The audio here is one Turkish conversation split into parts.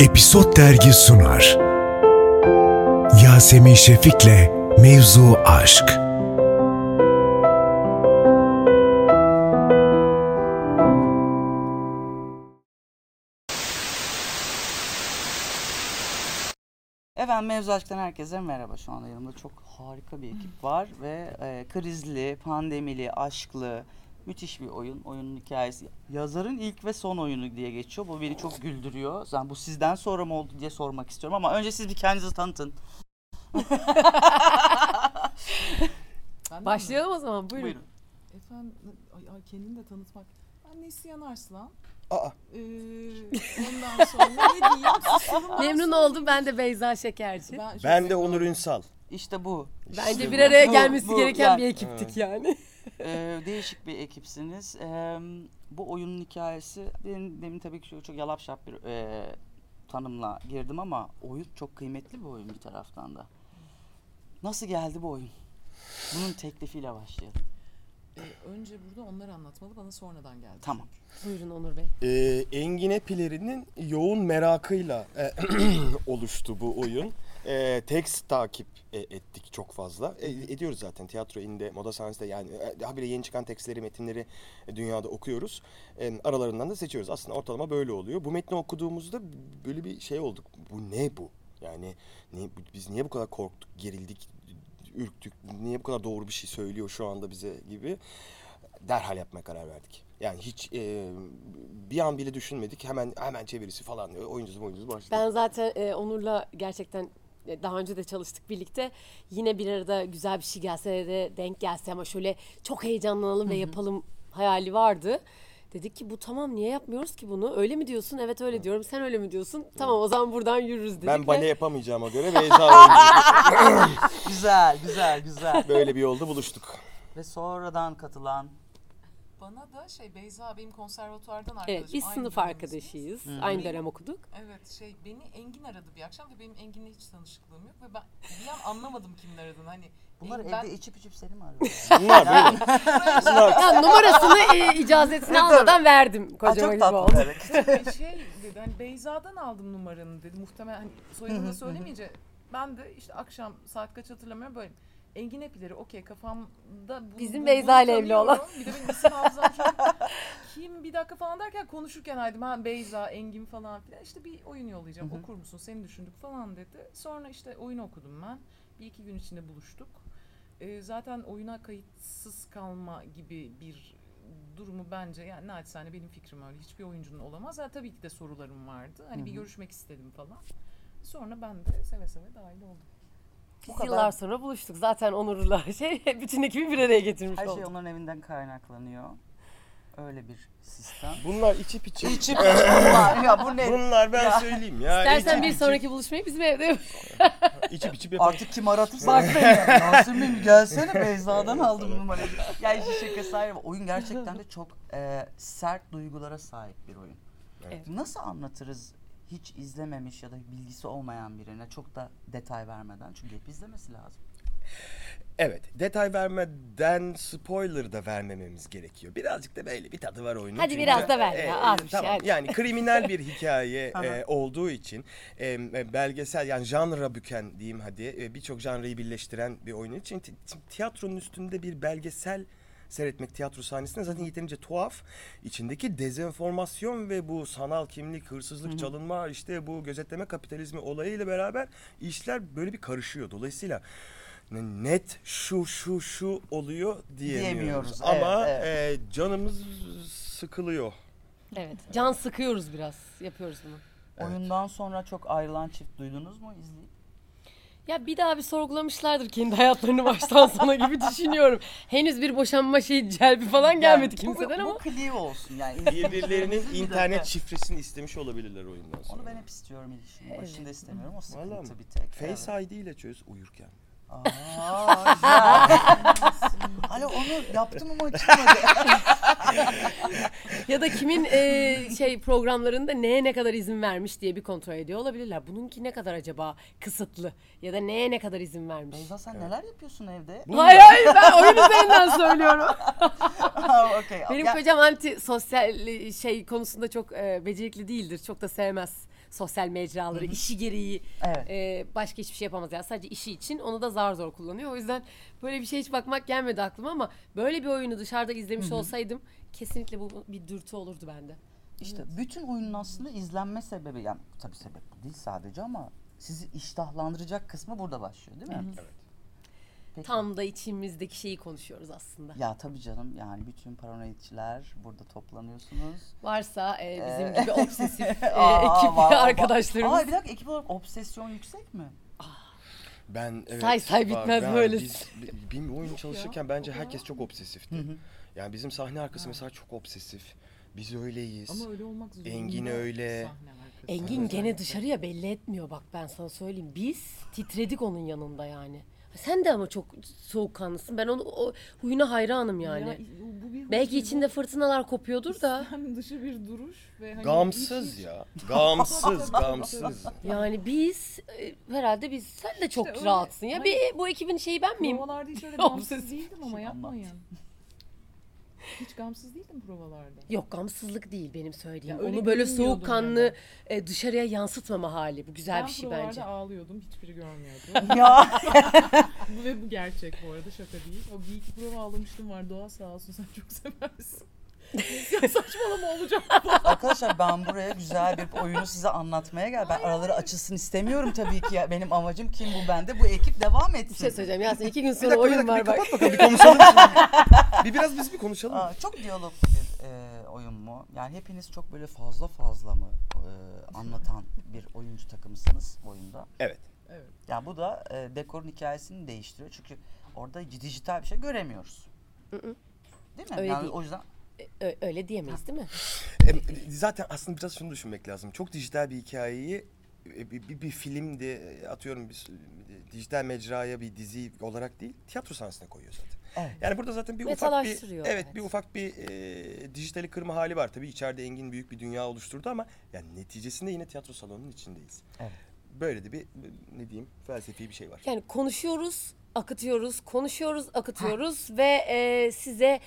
Episod Dergi sunar. Yasemin Şefik'le Mevzu Aşk. Efendim Mevzu Aşk'tan herkese merhaba. Şu anda yanımda çok harika bir ekip var ve e, krizli, pandemili, aşklı, müthiş bir oyun. Oyunun hikayesi. Yazarın ilk ve son oyunu diye geçiyor. Bu beni çok güldürüyor. Yani bu sizden sonra mı oldu diye sormak istiyorum ama önce siz bir kendinizi tanıtın. Başlayalım o zaman buyurun. Buyurun. Efendim, ay, ay kendini de tanıtmak. Ben Neslihan Arslan. Aa. Ee, ondan sonra ne diyeyim? Susalım. Memnun oldum ben de Beyza Şekerci. Ben, şu- Ben de Onur Ünsal. İşte bu. Bence İşte bir araya bu, gelmesi bu, gereken yani. bir ekiptik yani. Ee, değişik bir ekipsiniz. Ee, bu oyunun hikayesi benim, benim tabii ki çok, çok yalap şap bir e, tanımla girdim ama oyun çok kıymetli bir oyun bir taraftan da. Nasıl geldi bu oyun? Bunun teklifiyle başlayalım. Ee, önce burada onları anlatmalı bana sonradan geldi. Tamam. Buyurun Onur Bey. Ee, Engine Pileri'nin yoğun merakıyla e, oluştu bu oyun. Ee, tekst takip e, ettik çok fazla. E, ediyoruz zaten tiyatro ininde, moda sahnesinde yani e, daha bile yeni çıkan tekstleri, metinleri e, dünyada okuyoruz. E, aralarından da seçiyoruz. Aslında ortalama böyle oluyor. Bu metni okuduğumuzda böyle bir şey olduk. Bu ne bu? Yani ne- biz niye bu kadar korktuk, gerildik, ürktük, niye bu kadar doğru bir şey söylüyor şu anda bize gibi. derhal yapmaya karar verdik. Yani hiç e, bir an bile düşünmedik. Hemen hemen çevirisi falan diyor. Oyuncusu oyuncusu başladı. Ben zaten e, Onur'la gerçekten e, daha önce de çalıştık birlikte. Yine bir arada güzel bir şey gelse de denk gelse ama şöyle çok heyecanlanalım ve yapalım hayali vardı. Dedik ki bu tamam niye yapmıyoruz ki bunu? Öyle mi diyorsun? Evet öyle diyorum. Sen öyle mi diyorsun? Tamam o zaman buradan yürürüz dedik. Ben ve- bale yapamayacağıma göre Beyza oyuncu Güzel, güzel, güzel. böyle bir yolda buluştuk. Ve sonradan katılan Bana da şey Beyza benim konservatuvardan arkadaşım. Evet biz aynı sınıf dönemimiz. arkadaşıyız. Aynı dönem okuduk. Evet şey beni Engin aradı bir akşam da benim Engin'le hiç tanışıklığım yok ve ben bir an anlamadım kimin aradığını. Hani bunlar Engin- evde ben- içip içip seni mi arıyor? Bunlar böyle. Bunlar Ya numarasını e, icazetini almadan verdim. Aa, Kocaman çok gibi tatlı oldu. bir hareket. E, şey dedi hani Beyza'dan aldım numaranı dedi. Muhtemelen hani soyadını da söylemeyince ben de işte akşam saat kaç hatırlamıyorum böyle Engin Epileri okey kafamda bu- Bizim bu- Beyza bunu ile evli tanıyorum. olan. Bir de benim isim hafızam çok- Kim bir dakika falan derken konuşurken haydım ha Beyza, Engin falan filan işte bir oyun yollayacağım okur musun seni düşündük falan dedi. Sonra işte oyunu okudum ben. Bir iki gün içinde buluştuk. Ee, zaten oyuna kayıtsız kalma gibi bir durumu bence yani naçizane benim fikrim öyle. Hiçbir oyuncunun olamaz. Ha, tabii ki de sorularım vardı. Hani bir görüşmek istedim falan. Sonra ben de seve seve dahil oldum. Biz kadar. yıllar sonra buluştuk. Zaten Onur'la şey bütün ekibi bir araya getirmiş Her olduk. şey onların evinden kaynaklanıyor. Öyle bir sistem. bunlar içip içip. İçip içip ya bu ne? Bunlar ben söyleyeyim ya. Dersen içip bir içip- sonraki buluşmayı bizim evde içip içip yapar. Artık kim aratırsa Yasemin gelsene Beyza'dan aldım numarayı. Ya işin şakası ayrı. Oyun gerçekten de çok e, sert duygulara sahip bir oyun. Evet. Nasıl anlatırız hiç izlememiş ya da bilgisi olmayan birine çok da detay vermeden çünkü hep izlemesi lazım. Evet. Detay vermeden spoiler da vermememiz gerekiyor. Birazcık da böyle bir tadı var oyunun. Ee, Hadi biraz da ver ya, az bir şey, tamam. hadi. Yani kriminal bir hikaye e, olduğu için e, e, belgesel yani janra büken diyeyim hadi e, birçok janrayı birleştiren bir oyun için ti- ti- tiyatronun üstünde bir belgesel seyretmek tiyatro sahnesinde zaten yeterince tuhaf. İçindeki dezenformasyon ve bu sanal kimlik, hırsızlık, çalınma işte bu gözetleme kapitalizmi olayıyla beraber işler böyle bir karışıyor. Dolayısıyla ne- Hani net şu şu şu oluyor diyemiyoruz. Diyemiyoruz, evet, Ama evet. e, canımız sıkılıyor. Evet. Can sıkıyoruz biraz. Yapıyoruz bunu. Oyundan sonra çok ayrılan çift duydunuz mu izleyip? Ya bir daha bir sorgulamışlardır kendi hayatlarını baştan sona gibi düşünüyorum. Henüz bir boşanma şeyi celbi falan gelmedi Yani bu- kimseden bu, ama. Bu kliğe olsun yani. Birbirlerinin Bir dakika. internet şifresini istemiş olabilirler oyundan sonra. Onu ben hep istiyorum ilişkinin başında istemiyorum. O Vallahi sıkıntı mi? bir tek. Face evet. ID ile çöz uyurken. Aa, güzel. Alo onu yaptım ama çıkmadı. Ya da kimin e, şey programlarında neye ne kadar izin vermiş diye bir kontrol ediyor olabilirler. Bununki ne kadar acaba kısıtlı ya da neye ne kadar izin vermiş? Beyza sen neler yapıyorsun evde? Hayır hayır ben oyun üzerinden söylüyorum. Aa, okay. Benim Ya- kocam anti sosyal şey konusunda çok e, becerikli değildir. Çok da sevmez sosyal mecraları, işi gereği. Evet. e, başka hiçbir şey yapamaz yani sadece işi için onu da zar zor kullanıyor. O yüzden böyle bir şey hiç bakmak gelmedi aklıma ama böyle bir oyunu dışarıda izlemiş olsaydım kesinlikle bu bir dürtü olurdu bende. İşte bütün oyunun aslında izlenme sebebi yani tabii sebep bu değil sadece ama sizi iştahlandıracak kısmı burada başlıyor değil mi? Evet. Peki. Tam da içimizdeki şeyi konuşuyoruz aslında. Ya tabii canım yani bütün paranoidçiler burada toplanıyorsunuz. Varsa e, bizim Ee, gibi obsesif e, Aa, ekip var- arkadaşlarımız. Aa bir dakika ekip olarak obsesyon yüksek mi? Ben evet, Say say var. bitmez Ben- böylesi. Biz, bi- bilmiyorum oyun çalışırken bence herkes çok obsesifti. Yani bizim sahne arkası mesela çok obsesif. Biz öyleyiz. Ama öyle olmak zorunda. Engin öyle. Sahne arkası. Engin gene dışarıya belli etmiyor bak ben sana söyleyeyim. Biz titredik onun yanında yani. Sen de ama çok soğukkanlısın. Ben onu o huyuna hayranım yani. Ya, bu bir Belki huzur, içinde fırtınalar kopuyordur da. İslam dışı bir duruş ve hani Gamsız hiç- ya. Gamsız, gamsız. Yani biz e, herhalde biz sen de çok İşte öyle. rahatsın ya. Hani- Bir, bu ekibin şeyi ben miyim? Provalarda hiç öyle Obsesif. gamsız değildim ama Şey anlat. yapmayın. Hiç gamsız değildim provalarda. Yok gamsızlık değil benim söylediğim. Ya öyle Onu böyle görünmüyordum soğukkanlı e, dışarıya yansıtmama hali. Bu güzel ben bir şey provalarda bence. ağlıyordum. Hiçbiri görmüyordu. ya Bu Ve bu gerçek bu arada şaka değil. O bir iki prova ağlamıştım var. Doğa sağ olsun sen çok seversin. ya saçmalama olacak. arkadaşlar ben buraya güzel bir oyunu size anlatmaya gel. Ben araları açılsın istemiyorum tabii ki. Ya. Benim amacım kim bu bende bu ekip devam etsin. Bir şey söyleyeceğim Yasin iki gün Bir sonra dakika, bir oyun dakika, var bir bak. kapat bakalım, bir konuşalım şimdi. bir biraz biz bir konuşalım. Aa, çok diyaloglu bir e, oyun mu? Yani hepiniz çok böyle fazla fazla mı e, anlatan bir oyuncu takımısınız bu oyunda? Evet. Evet. Yani bu da e, dekorun hikayesini değiştiriyor. Çünkü orada dijital bir şey göremiyoruz. Değil mi? Öyle yani değil. o yüzden Ö- öyle diyemeyiz değil mi? E, Zaten aslında biraz şunu düşünmek lazım. Çok dijital bir hikayeyi e, bir, bir, bir filmdi e, atıyorum bir, e, dijital mecraya bir dizi olarak değil tiyatro sahnesine koyuyor zaten. Evet. Yani burada zaten bir ufak bir Metalaştırıyor, evet, evet. bir ufak bir e, dijitali kırma hali var tabii içeride Engin büyük bir dünya oluşturdu ama yani neticesinde yine tiyatro salonunun içindeyiz. Evet. Böyle de bir e, ne diyeyim felsefi bir şey var. Yani konuşuyoruz, akıtıyoruz, konuşuyoruz, akıtıyoruz ve e, size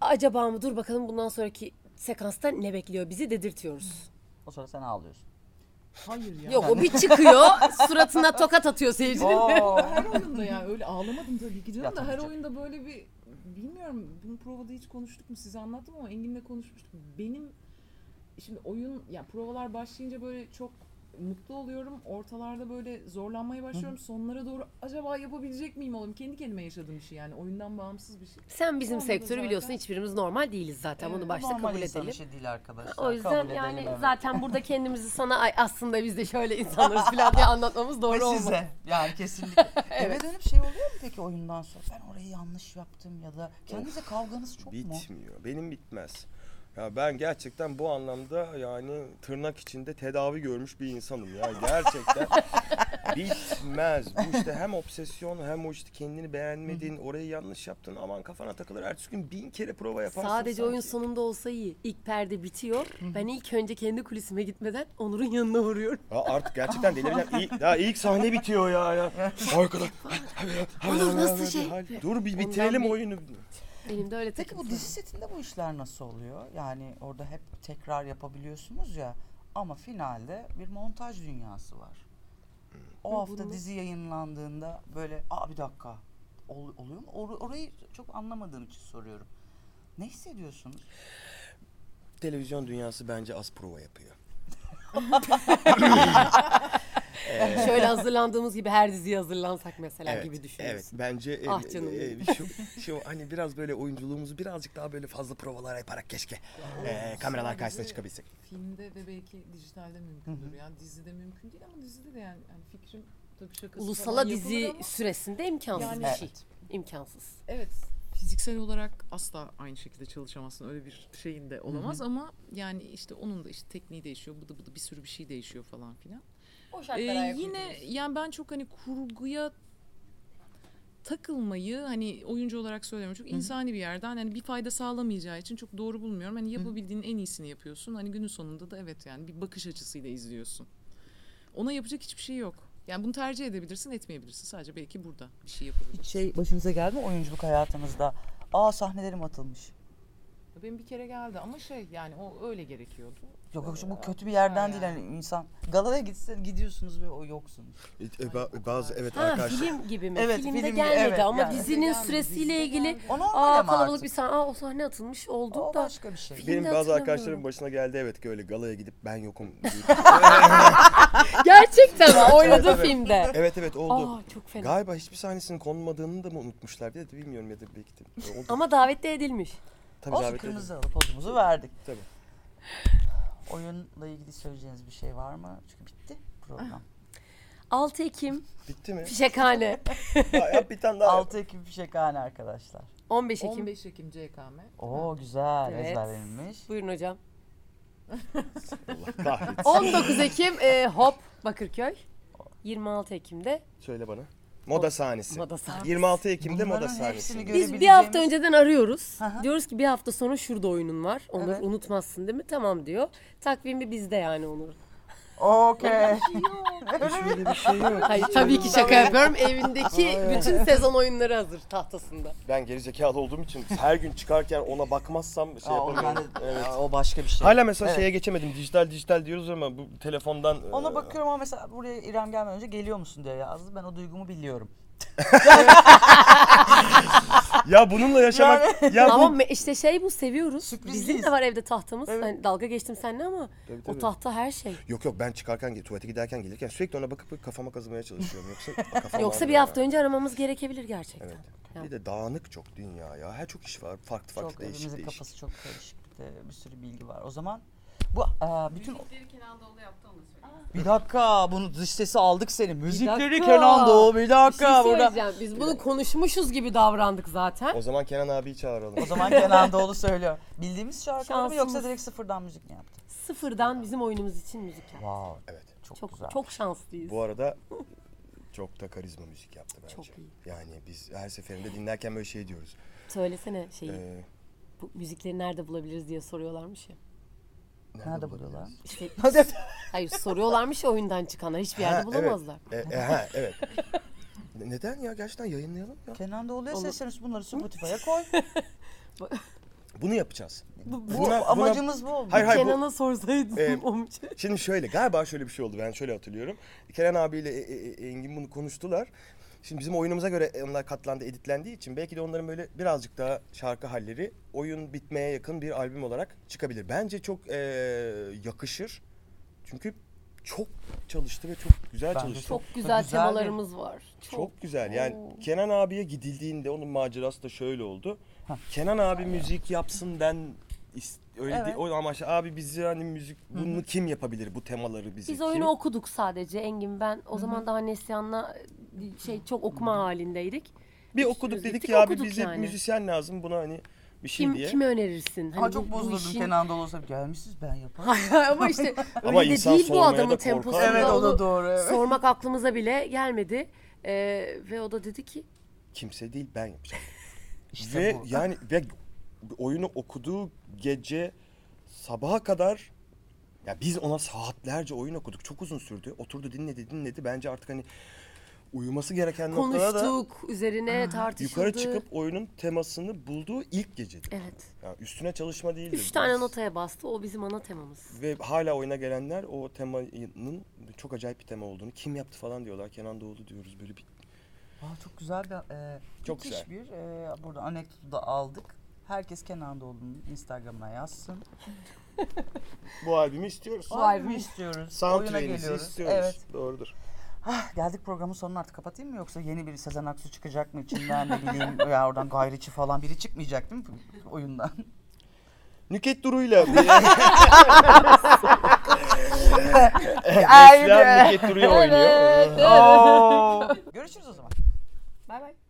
acaba mı dur bakalım bundan sonraki sekansta ne bekliyor bizi dedirtiyoruz. o sonra sen ağlıyorsun. Hayır ya. Yok o bir çıkıyor suratına tokat atıyor seyircinin. Oo. Her oyunda ya öyle ağlamadım tabii ki Ya canım da tabii her canım. oyunda böyle bir bilmiyorum bunu provada hiç konuştuk mu size anlattım ama Engin'le konuşmuştuk. Benim şimdi oyun ya provalar başlayınca böyle çok mutlu oluyorum. Ortalarda böyle zorlanmaya başlıyorum. Sonlara doğru acaba yapabilecek miyim oğlum? Kendi kendime yaşadığım bir şey yani oyundan bağımsız bir şey. Sen bizim Tamam, sektörü zaten. biliyorsun hiçbirimiz normal değiliz zaten bunu Evet, başta Normal kabul insan şey. edelim. işi değil arkadaşlar. O yüzden Kabul yani edelim, evet. zaten burada kendimizi sana "Ay, aslında biz de şöyle insanlarız falan diye anlatmamız doğru Ve olmaz. size yani kesinlikle. Eve dönüp şey oluyor mu peki oyundan sonra? Ben orayı yanlış yaptım ya da kendinize kavganız çok mu? Bitmiyor. Benim bitmez. Ya ben gerçekten bu anlamda yani tırnak içinde tedavi görmüş bir insanım ya gerçekten. bitmez. Bu işte hem obsesyon hem o işte kendini beğenmediğin, orayı yanlış yaptın aman kafana takılır. Ertesi gün bin kere prova yaparsın. Sadece oyun sanki. sonunda olsa iyi. İlk perde bitiyor. Ben ilk önce kendi kulisime gitmeden Onur'un yanına vuruyorum. Ya artık gerçekten delireceğim. İlk, ya ilk sahne bitiyor ya. ya. Arkada. Onur nasıl şey? Dur bir bitirelim bir- oyunu. Benim de öyle Peki bu takıntılarım. dizi setinde bu işler nasıl oluyor? Yani orada hep tekrar yapabiliyorsunuz ya ama finalde bir montaj dünyası var. O hafta dizi yayınlandığında böyle aa bir dakika ol- oluyor mu? Or- orayı çok anlamadığım için soruyorum. Ne hissediyorsunuz? Televizyon dünyası bence az prova yapıyor. Şöyle hazırlandığımız gibi her diziye hazırlansak mesela gibi düşünürüz. Evet bence e, Ah canım e, benim. şu, şu hani biraz böyle oyunculuğumuzu birazcık daha böyle fazla provalar yaparak keşke e, kameralar karşısına çıkabilsek. Filmde ve belki dijitalde mümkündür ya. Dizide mümkün değil ama dizide de yani, yani fikrim tabii şakası Ulusala falan dizi yapılır ama- süresinde imkansız Yani bir şey. evet. İmkansız. Evet. Fiziksel olarak asla aynı şekilde çalışamazsın. Öyle bir şeyin de olamaz ama yani işte onun da işte tekniği değişiyor. Bıdı bıdı bir sürü bir şey değişiyor falan filan. O Ee, yine yani ben çok hani kurguya takılmayı hani oyuncu olarak söylemiyorum çok insani bir yerden hani bir fayda sağlamayacağı için çok doğru bulmuyorum. Hani yapabildiğin en iyisini yapıyorsun. Hani günün sonunda da evet yani bir bakış açısıyla izliyorsun. Ona yapacak hiçbir şey yok. Yani bunu tercih edebilirsin, etmeyebilirsin. Sadece belki burada bir şey yapabilirsin. Şey başınıza geldi mi oyunculuk hayatınızda? Aa sahnelerim atılmış. Benim bir kere geldi ama şey yani o öyle gerekiyordu. Ee, Yok yok bu kötü bir yerden Ha, değil hani insan. Galaya gitsen gidiyorsunuz ve o yoksunuz. E, e, ba- bazı evet Ha arkadaşlar. film gibi mi? Evet, Filmde film gibi, gelmedi evet, ama yani. dizinin Gelmedi, süresiyle ilgili O normal aa ama kalabalık artık. bir sahne aa o sahne atılmış oldu O da başka bir şey. Benim Filmde bazı hatırlamıyorum. arkadaşlarımın başına geldi evet ki öyle galaya gidip ben yokum. deyip. gerçekten mi? oynadı Evet, evet. filmde. evet evet oldu. Aa çok fena. Galiba hiçbir sahnesinin konulmadığını da mı unutmuşlar bir de bilmiyorum ya da belki de. Oldu. Ama davette edilmiş. Tabii Olsun davet kırmızı alıp pozumuzu verdik. Tabii. Oyunla ilgili söyleyeceğiniz bir şey var mı? Çünkü bitti program. 6 Ekim edildi. Bitti mi? Fişekhane. Ha, yap bir tane daha. yap. 6 Ekim Fişekhane şey arkadaşlar. 15 Ekim. 15 Ekim CKM. Oo güzel Evet. ezberlenmiş. Buyurun hocam. Allah kahretsin. 19 Ekim e, Hop Bakırköy. 26 Ekim'de Söyle bana. Moda sahnesi. Moda sahnesi. 26 Ekim'de moda Bunların sahnesi. hepsini Biz bir Görebileceğimiz- hafta önceden arıyoruz. Aha. Diyoruz ki bir hafta sonra şurada oyunun var. Onur Evet. unutmazsın değil mi? Tamam diyor. Takvimi bizde yani Onur. Okey. Şöyle bir şey yok. Hayır tabii ki şaka yapıyorum. Evindeki bütün sezon oyunları hazır tahtasında. Ben geri zekalı olduğum için her gün çıkarken ona bakmazsam şey Aa, o, yapamıyorum. ben- o başka bir şey. Hala mesela Evet. şeye geçemedim. Dijital dijital diyoruz ama bu telefondan e, Ona bakıyorum ama mesela buraya İrem gelmeden önce geliyor musun diye yazdı. Ben o duygumu biliyorum. Ya bununla yaşamak ya bu- Ama me- işte şey bu seviyoruz. Sürprizliyiz. Bizim de var evde tahtamız. Evet. Hani dalga geçtim seninle ama Tabii, o tabii. tahta her şey. Yok yok ben çıkarken tuvalete giderken gelirken sürekli ona bakıp böyle kafama kazımaya çalışıyorum yoksa kafam Yoksa bir ağrıyor hafta ya. önce aramamız gerekebilir gerçekten. Evet. Ya. Bir de dağınık çok dünya ya. Her çok iş var. Farklı farklı çok değişik evimizin değişik. kafası çok karışık. Bir de Bir sürü bilgi var. O zaman bu aa, bütün Kenan Doğulu yaptı onu söyleyeyim. bir dakika bunu dış sesi aldık seni. Müzikleri dakika. Kenan Doğulu bir Bir şey dakika burada. söyleyeceğim. Biz bunu konuşmuşuz gibi davrandık zaten. O zaman Kenan abiyi çağıralım. O zaman Kenan Doğulu söylüyor. Bildiğimiz şarkıları mı yoksa Şansımız. direkt sıfırdan müzik mi yaptı? Sıfırdan bizim oyunumuz için müzik yaptı. Wow. Evet. Çok, güzel. Çok, çok şanslıyız. Bu arada çok da karizma müzik yaptı bence. Çok iyi. Yani biz her seferinde dinlerken böyle şey diyoruz. Söylesene şeyi. Ee, Bu müzikleri nerede bulabiliriz diye soruyorlarmış ya. Nerede bulabiliriz? buluyorlar? İşte Hadi. hayır soruyorlarmış ya oyundan çıkanlar. Hiçbir Ha, yerde evet. bulamazlar. E, e, ha, evet. Ne- Neden ya gerçekten yayınlayalım ya. Kenan Doğulu'ya Olur. sesleniyorsun bunları Spotify'a koy. Bunu yapacağız. Bu Buna- buna- amacımız bu. oldu. Hayır hayır bu- Kenan'a sorsaydın Ee, olmuş. Şimdi şöyle galiba şöyle bir şey oldu ben şöyle hatırlıyorum. Kenan abiyle e, e, e, Engin bunu konuştular. Şimdi bizim oyunumuza göre onlar katlandı, editlendiği için belki de onların böyle birazcık daha şarkı halleri oyun bitmeye yakın bir albüm olarak çıkabilir. Bence çok e, yakışır. Çünkü çok çalıştı ve çok güzel Bence çalıştı. Çok güzel Güzel bir- temalarımız var. Çok. Çok güzel. Yani Kenan abiye gidildiğinde onun macerası da şöyle oldu. Kenan abi müzik yapsın ben is- öyle Evet. değil. O amaçla abi bizi hani müzik bunu kim yapabilir bu temaları bize? Biz kim? oyunu okuduk sadece Engin ben. O zaman daha Neslihan'la e, şey çok okuma halindeydik. Bir okuduk Üstümüz dedik gittik, ya abi okuduk bize yani. müzisyen lazım buna hani bir şey Kim diye. kime önerirsin? Ama Hani çok bu- bu bozuldum işin- Kenan Doğulu olsa gelmişsiniz ben yaparım. Ama işte öyle Ama de insan değil bu sormaya da adamın korkar. temposunda. Evet o da onu doğru. Evet. Sormak aklımıza bile gelmedi. Ee, ve o da dedi ki Kimse değil ben yapacağım. İşte ve bu. yani ve oyunu okuduğu gece sabaha kadar ya biz ona saatlerce oyun okuduk. Çok uzun sürdü. Oturdu dinledi dinledi. Bence artık hani uyuması gereken noktada da konuştuk, üzerine tartışıldı. yukarı çıkıp oyunun temasını bulduğu ilk gecedir. Evet. Yani üstüne çalışma değildi. Üç tane Biz- notaya bastı. O bizim ana temamız. Ve hala oyuna gelenler o temanın çok acayip bir tema olduğunu kim yaptı falan diyorlar. Kenan Doğulu diyoruz böyle bir Aa, çok güzel bir e, Çok müthiş güzel. bir e, burada anekdotu da aldık. Herkes Kenan Doğulu'nun Instagram'ına yazsın. bu albümü istiyoruz. Bu albümü istiyoruz. oyuna Soundtrack'imizi geliyoruz. istiyoruz. Evet. Doğrudur. Ah, geldik programın sonuna artık kapatayım mı yoksa yeni bir Sezen Aksu çıkacak mı içinden ne bileyim ya oradan gayriçi falan biri çıkmayacak değil mi oyundan? Nüket Duru'yla. Ay be. Neslihan Nüket Duru'ya oynuyor. Oo. Görüşürüz o zaman. Bay bay.